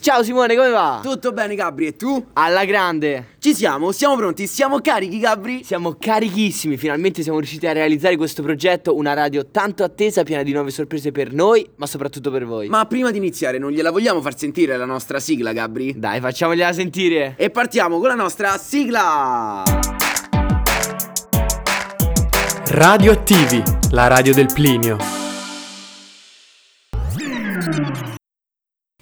Ciao Simone, come va? Tutto bene Gabri e tu? Alla grande! Ci siamo, siamo pronti, siamo carichi Gabri? Siamo carichissimi, finalmente siamo riusciti a realizzare questo progetto, una radio tanto attesa, piena di nuove sorprese per noi, ma soprattutto per voi. Ma prima di iniziare non gliela vogliamo far sentire la nostra sigla Gabri? Dai, facciamogliela sentire! E partiamo con la nostra sigla! Radioattivi, la radio del Plinio.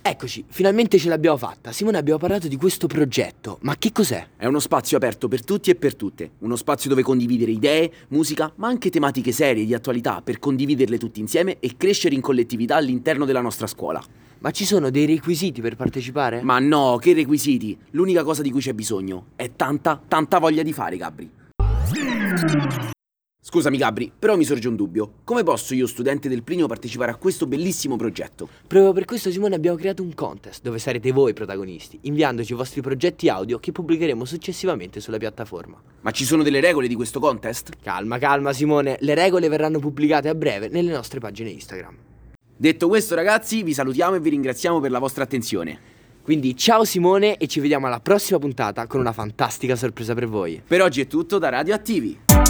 Eccoci, finalmente ce l'abbiamo fatta. Simone abbiamo parlato di questo progetto, ma che cos'è? È uno spazio aperto per tutti e per tutte, uno spazio dove condividere idee, musica, ma anche tematiche serie di attualità per condividerle tutti insieme e crescere in collettività all'interno della nostra scuola. Ma ci sono dei requisiti per partecipare? Ma no, che requisiti! L'unica cosa di cui c'è bisogno è tanta, tanta voglia di fare, Gabri. Scusami Gabri, però mi sorge un dubbio. Come posso io, studente del Plinio, partecipare a questo bellissimo progetto? Proprio per questo Simone abbiamo creato un contest dove sarete voi i protagonisti, inviandoci i vostri progetti audio che pubblicheremo successivamente sulla piattaforma. Ma ci sono delle regole di questo contest? Calma, calma Simone, le regole verranno pubblicate a breve nelle nostre pagine Instagram. Detto questo ragazzi, vi salutiamo e vi ringraziamo per la vostra attenzione. Quindi ciao Simone e ci vediamo alla prossima puntata con una fantastica sorpresa per voi. Per oggi è tutto da Radioattivi.